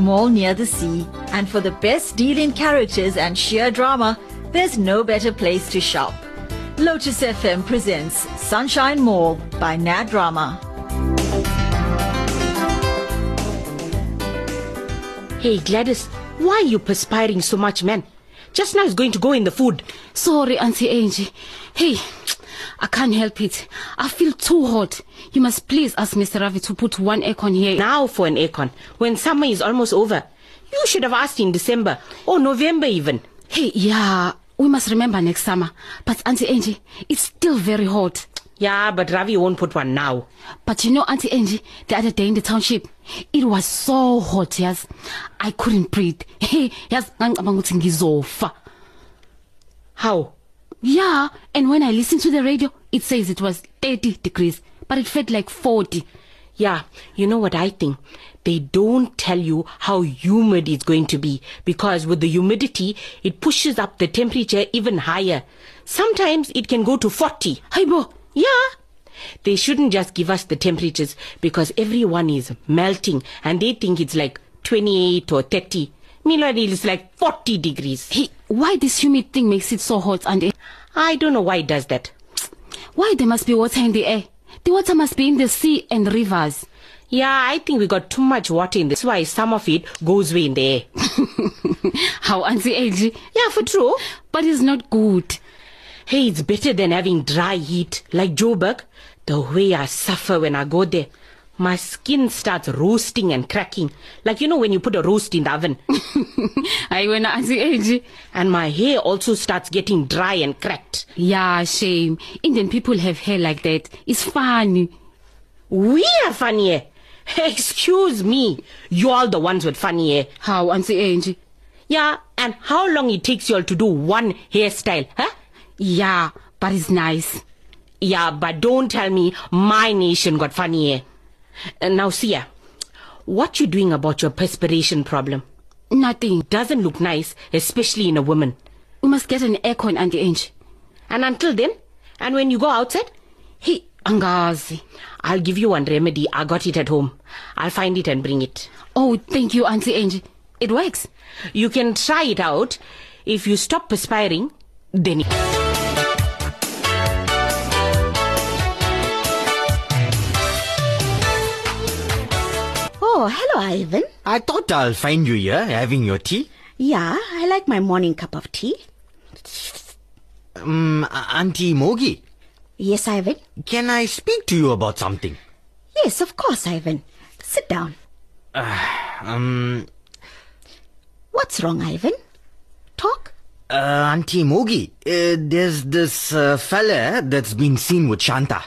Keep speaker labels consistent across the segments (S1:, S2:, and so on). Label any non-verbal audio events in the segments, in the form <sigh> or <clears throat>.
S1: mall near the sea, and for the best deal in characters and sheer drama, there's no better place to shop. Lotus FM presents Sunshine Mall by Nat Drama.
S2: Hey, Gladys, why are you perspiring so much, man? Just now it's going to go in the food.
S3: Sorry, Auntie Angie. Hey, I can't help it. I feel too hot. You must please ask Mr. Ravi to put one acorn here.
S2: Now for an acorn, when summer is almost over. You should have asked in December or November even.
S3: Hey, yeah, we must remember next summer. But Auntie Angie, it's still very hot.
S2: Yeah, but Ravi won't put one now.
S3: But you know, Auntie Angie, the other day in the township, it was so hot, yes. I couldn't breathe. <laughs> Hey, yes, ngangicabanga ukuthi ngizofa.
S2: How?
S3: Yeah, and when I listened to the radio, it says it was 30 degrees, but it felt like 40.
S2: Yeah, you know what I think? They don't tell you how humid it's going to be because with the humidity, it pushes up the temperature even higher. Sometimes it can go to 40.
S3: Hey, bo,
S2: Yeah. They shouldn't just give us the temperatures because everyone is melting and they think it's like 28 or 30. Meanwhile, it's like 40 degrees.
S3: hey, why this humid thing makes it so hot, Auntie?
S2: I don't know why it does that.
S3: Why there must be water in the air? The water must be in the sea and rivers. <laughs>
S2: Yeah, I think we got too much water in this. That's why some of it goes away in the air.
S3: How Auntie Angie?
S2: Yeah, for true.
S3: But it's not good. <laughs>
S2: Hey, it's better than having dry heat like Joburg. The way I suffer when I go there. My skin starts roasting and cracking. Like, you know, when you put a roast in the oven.
S3: I went Auntie Angie.
S2: and my hair also starts getting dry and cracked.
S3: Yeah, shame. Indian people have hair like that. It's funny.
S2: We are funny hair. <laughs> Excuse me. You all the ones with funny hair.
S3: How Auntie Angie?
S2: Yeah, and how long it takes you all to do one hairstyle, huh?
S3: Yeah, but it's nice.
S2: Yeah, but don't tell me my nation got funny hair. Uh, now, Sia, what you doing about your perspiration problem?
S3: Nothing.
S2: Doesn't look nice, especially in a woman.
S3: We must get an aircon Auntie Angie.
S2: And until then, and when you go outside,
S3: Hey, Angazi.
S2: I'll give you one remedy. I got it at home. I'll find it and bring it.
S3: Oh, thank you, Auntie Angie. It works.
S2: You can try it out. If you stop perspiring, then it.
S4: Oh, hello, Ivan.
S5: I thought I'll find you here having your tea.
S4: Yeah, I like my morning cup of tea.
S5: Um, Auntie Mogi,
S4: Yes, Ivan.
S5: can I speak to you about something?
S4: Yes, of course, Ivan. Sit down.
S5: Um,
S4: What's wrong, Ivan? Talk.
S5: uh, Auntie Mogi, uh, there's this uh, fella that's been seen with Shanta.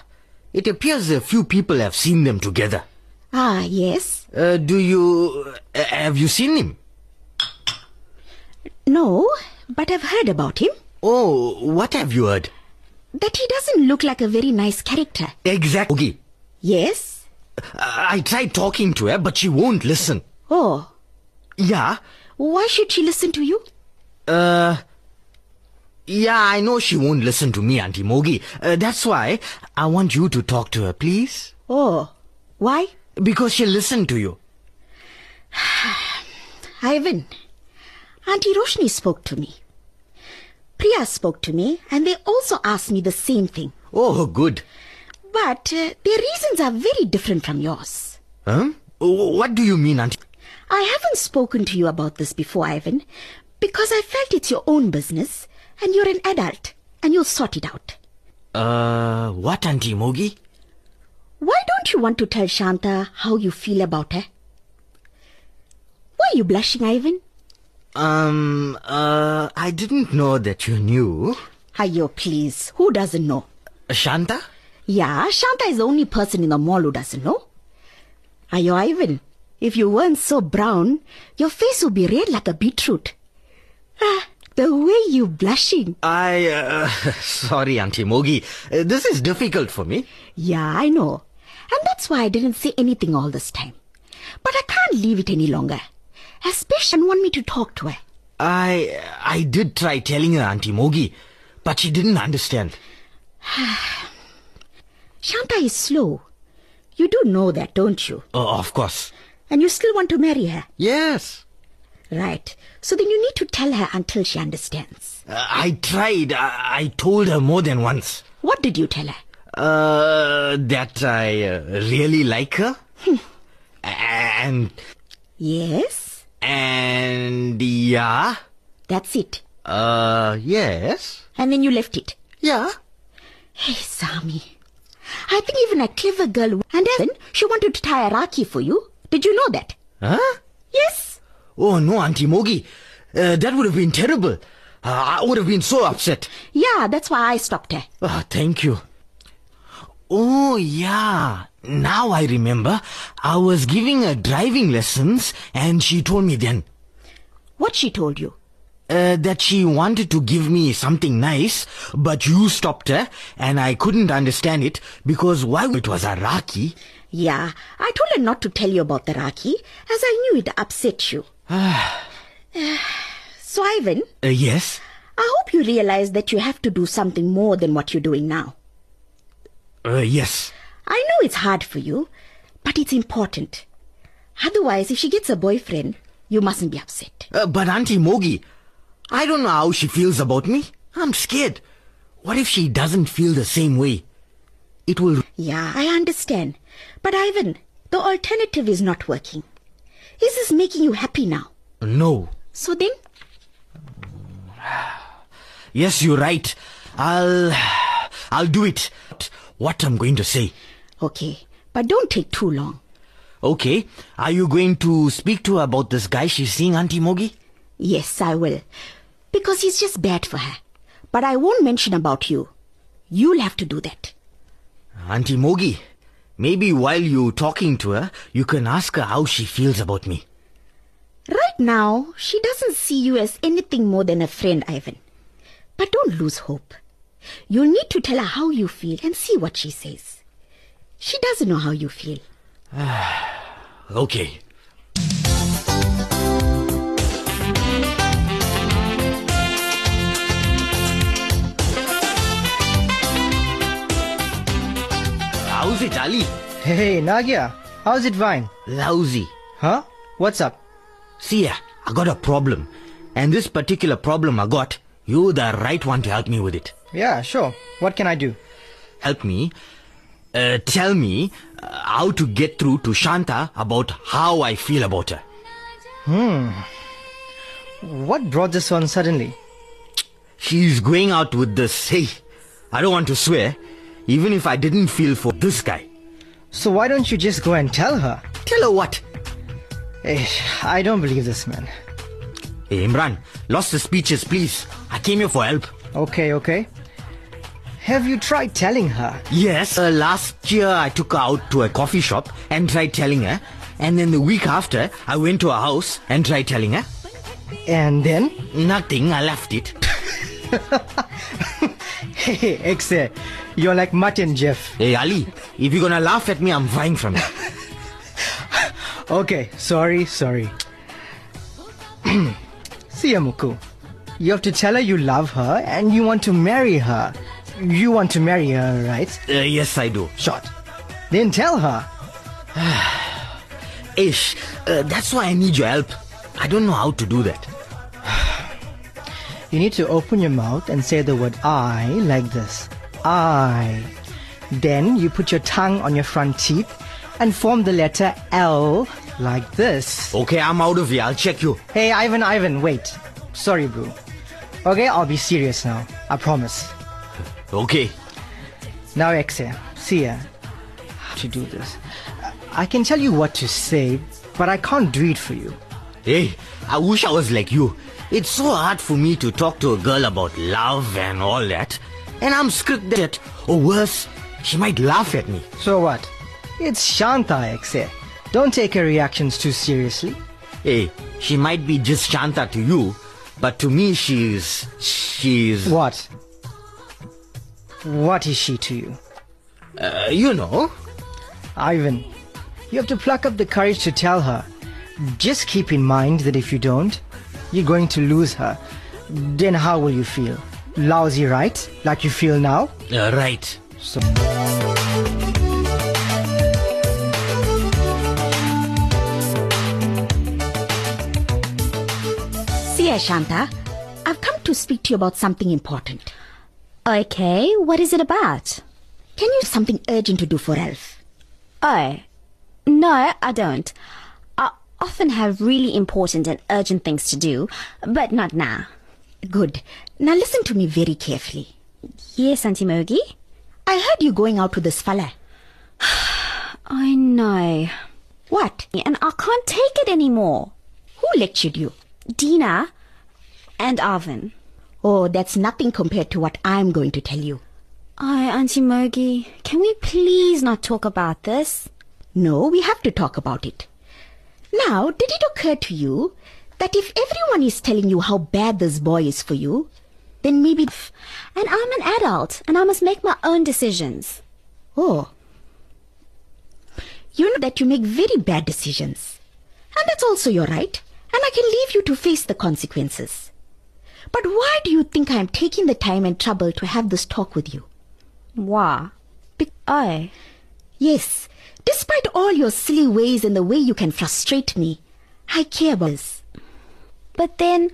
S5: It appears a few people have seen them together.
S4: Ah, yes.
S5: Uh, do you... Uh, have you seen him?
S4: No, but I've heard about him.
S5: Oh, what have you heard?
S4: That he doesn't look like a very nice character.
S5: Exactly. Mogi, Uh,
S4: Yes?
S5: I I tried talking to her, but she won't listen.
S4: Oh,
S5: Yeah,
S4: why should she listen to you?
S5: Uh, yeah, I know she won't listen to me, Auntie Mogi. Uh, that's why I want you to talk to her, please.
S4: Oh, why?
S5: Because she'll listen to you.
S4: Ivan, Auntie Roshni spoke to me. Priya spoke to me, and they also asked me the same thing.
S5: Oh, good.
S4: But uh, their reasons are very different from yours.
S5: Huh? Wh- What do you mean, Auntie?
S4: I haven't spoken to you about this before, Ivan, because I felt it's your own business and you're an adult and you'll sort it out.
S5: Uh, what, Auntie Mogi?
S4: Why don't you want to tell Shanta how you feel about her? Why are you blushing, Ivan?
S5: Um, uh, I didn't know that you knew.
S4: Ayo, please. Who doesn't know?
S5: Shanta?
S4: Yeah, Shanta is the only person in the mall who doesn't know. Ayo, Ivan, if you weren't so brown, your face would be red like a beetroot. Ah, the way you're blushing.
S5: I, uh, <laughs> sorry, Auntie Mogi. Uh, this is difficult for me.
S4: Yeah, I know. And that's why I didn't say anything all this time. But I can't leave it any longer. Especially want me to talk to her.
S5: I, I did try telling her, Auntie Mogi, but she didn't understand.
S4: Shanta is slow. You do know that, don't you?
S5: Uh, of course.
S4: And you still want to marry her?
S5: Yes.
S4: Right. So then you need to tell her until she understands.
S5: Uh, I tried. I, I told her more than once.
S4: What did you tell her?
S5: Uh, that I uh, really like her. and,
S4: Yes,
S5: and, yeah.
S4: that's it.
S5: Uh, yes.
S4: And then you left it.
S5: Yeah.
S4: Hey, Sami. I think even a clever girl. And then she wanted to tie a raki for you. Did you know that?
S5: Huh?
S4: Yes.
S5: Oh no, Auntie Mogi. Uh, that would have been terrible. Uh, I would have been so upset.
S4: Yeah, that's why I stopped her.
S5: Oh, thank you. Oh, yeah. Now I remember. I was giving her driving lessons and she told me then
S4: What she told you?
S5: uh, that she wanted to give me something nice, but you stopped her and I couldn't understand it because why it was a Raki.
S4: Yeah, I told her not to tell you about the Raki, as I knew it upset you. <sighs> so, Ivan,
S5: Uh, yes?
S4: I hope you realize that you have to do something more than what you're doing now.
S5: Uh, yes.
S4: I know it's hard for you, but it's important. Otherwise, if she gets a boyfriend, you mustn't be upset.
S5: Uh, but Auntie Mogi, I don't know how she feels about me. I'm scared. What if she doesn't feel the same way? It will.
S4: Yeah, I understand. But Ivan, the alternative is not working. Is this making you happy now?
S5: No.
S4: So then,
S5: Yes, you're right. I'll. I'll do it. What I'm going to say.
S4: okay, but don't take too long.
S5: Okay. Are you going to speak to her about this guy she's seeing, Auntie Mogi?
S4: Yes, I will. Because he's just bad for her. But I won't mention about you. You'll have to do that.
S5: Auntie Mogi, maybe while you're talking to her, you can ask her how she feels about me.
S4: Right now, she doesn't see you as anything more than a friend, Ivan. But don't lose hope. You'll need to tell her how you feel and see what she says. She doesn't know how you feel.
S5: Okay. How's it, Ali?
S6: Hey, Nagia, how's it Vine?
S5: Lousy.
S6: Huh? What's up?
S5: See ya, I got a problem. And this particular problem I got, you the right one to help me with it.
S6: Yeah, sure. What can I do?
S5: Help me. Uh, tell me uh, how to get through to Shanta about how I feel about her.
S6: What brought this on suddenly?
S5: She's going out with this. Hey, I don't want to swear, even if I didn't feel for this guy.
S6: So why don't you just go and tell her?
S5: Tell her what?
S6: Eh, I don't believe this, man.
S5: Hey, Imran, lost the speeches, please. I came here for help.
S6: Okay, okay. Have you tried telling her?
S5: Yes, uh, last year I took her out to a coffee shop and tried telling her. And then the week after, I went to her house and tried telling her.
S6: And then? <laughs>
S5: Nothing, I left it.
S6: Hey, Exe, you're like mutton, Jeff.
S5: hey, Ali, if you're gonna laugh at me, I'm flying from here.
S6: Okay, sorry, sorry. <clears throat> See ya, Muku. You have to tell her you love her and you want to marry her. You want to marry her, right?
S5: Uh, yes, I do.
S6: Short. Then tell her.
S5: Ish, uh, that's why I need your help. I don't know how to do that.
S6: You need to open your mouth and say the word I like this. I. Then you put your tongue on your front teeth and form the letter L like this.
S5: Okay, I'm out of here. I'll check you.
S6: Hey, Ivan, Ivan, wait. Sorry, bro. Okay, I'll be serious now. I promise.
S5: Okay.
S6: Now, Exe, see ya. How to do this? I can tell you what to say, but I can't do it for you.
S5: Hey, I wish I was like you. It's so hard for me to talk to a girl about love and all that. And I'm scripted at, or worse, she might laugh at me.
S6: So what? It's Shanta, Exe. Don't take her reactions too seriously.
S5: Hey, she might be just Shanta to you, but to me she's... she's...
S6: What? What is she to you?
S5: Uh, you know.
S6: Ivan, you have to pluck up the courage to tell her. Just keep in mind that if you don't, you're going to lose her. Then how will you feel? Lousy, right? Like you feel now?
S5: Uh, right.
S6: So.
S4: Here, Shanta. I've come to speak to you about something important.
S7: Okay, what is it about?
S4: Can you something urgent to do for Ralph?
S7: Oh, no, I don't. I often have really important and urgent things to do, but not now.
S4: Good. Now listen to me very carefully.
S7: Yes, Auntie Mogi?
S4: I heard you going out with this fella.
S7: I know.
S4: What?
S7: And I can't take it anymore.
S4: Who lectured you?
S7: Dina and Arvin.
S4: Oh, that's nothing compared to what I'm going to tell you.
S7: Oh, Auntie Mogi, can we please not talk about this?
S4: No, we have to talk about it. Now, did it occur to you that if everyone is telling you how bad this boy is for you, then maybe.
S7: And I'm an adult, and I must make my own decisions.
S4: Oh. You know that you make very bad decisions. And that's also your right. And I can leave you to face the consequences. But why do you think I am taking the time and trouble to have this talk with you?
S7: Why? Be- oh,
S4: Yes, despite all your silly ways and the way you can frustrate me, I care about this.
S7: but then,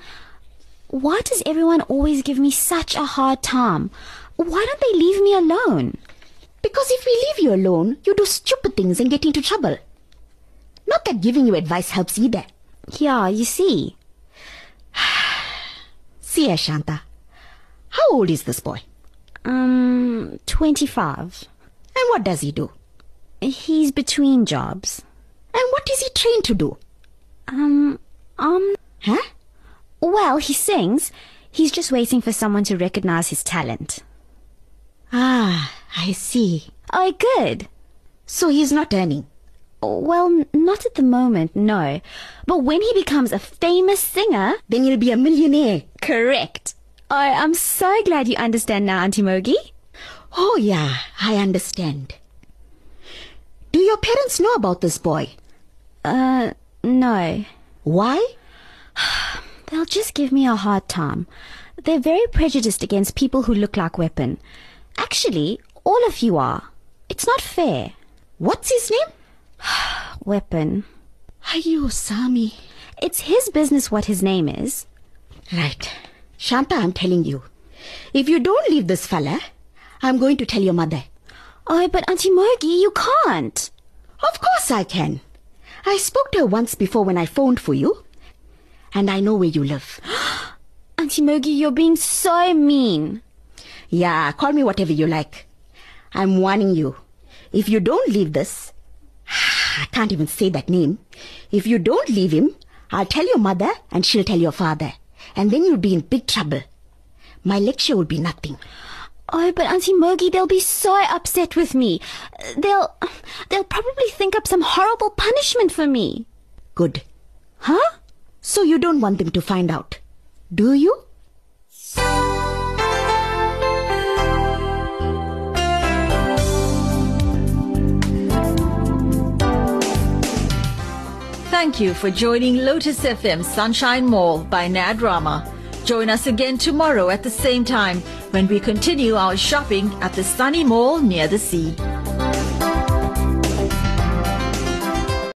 S7: why does everyone always give me such a hard time? Why don't they leave me alone?
S4: Because if we leave you alone, you do stupid things and get into trouble. Not that giving you advice helps either.
S7: Yeah, you see.
S4: See, Ashanta, how old is this boy?
S7: Um, 25.
S4: And what does he do?
S7: He's between jobs.
S4: And what is he trained to do?
S7: Um, um,
S4: Huh?
S7: well, he sings. He's just waiting for someone to recognize his talent.
S4: Ah, I see.
S7: Oh, good.
S4: So he's not earning.
S7: Well, n- not at the moment, no. But when he becomes a famous singer,
S4: Then he'll be a millionaire.
S7: correct. Oh, I'm so glad you understand now, Auntie Mogi.
S4: Oh, yeah, I understand. Do your parents know about this boy?
S7: Uh, no.
S4: Why?
S7: They'll just give me a hard time. They're very prejudiced against people who look like weapon. Actually, all of you are. It's not fair.
S4: What's his name?
S7: Weapon.
S4: Ayo, Sami.
S7: It's his business what his name is.
S4: Right. Shanta, I'm telling you. If you don't leave this fella, I'm going to tell your mother.
S7: Oh, but Auntie Mogi, you can't.
S4: Of course I can. I spoke to her once before when I phoned for you. And I know where you live.
S7: Auntie Mogi, you're being so mean.
S4: Yeah, call me whatever you like. I'm warning you. If you don't leave this, <sighs> I can't even say that name. If you don't leave him, I'll tell your mother and she'll tell your father. And then you'll be in big trouble. My lecture will be nothing.
S7: Oh, but Auntie Mogi, they'll be so upset with me. They'll, they'll probably think up some horrible punishment for me.
S4: Good.
S7: Huh?
S4: So you don't want them to find out, do you?
S1: Thank you for joining Lotus FM Sunshine Mall by Nad Rama. Join us again tomorrow at the same time when we continue our shopping at the sunny mall near the sea.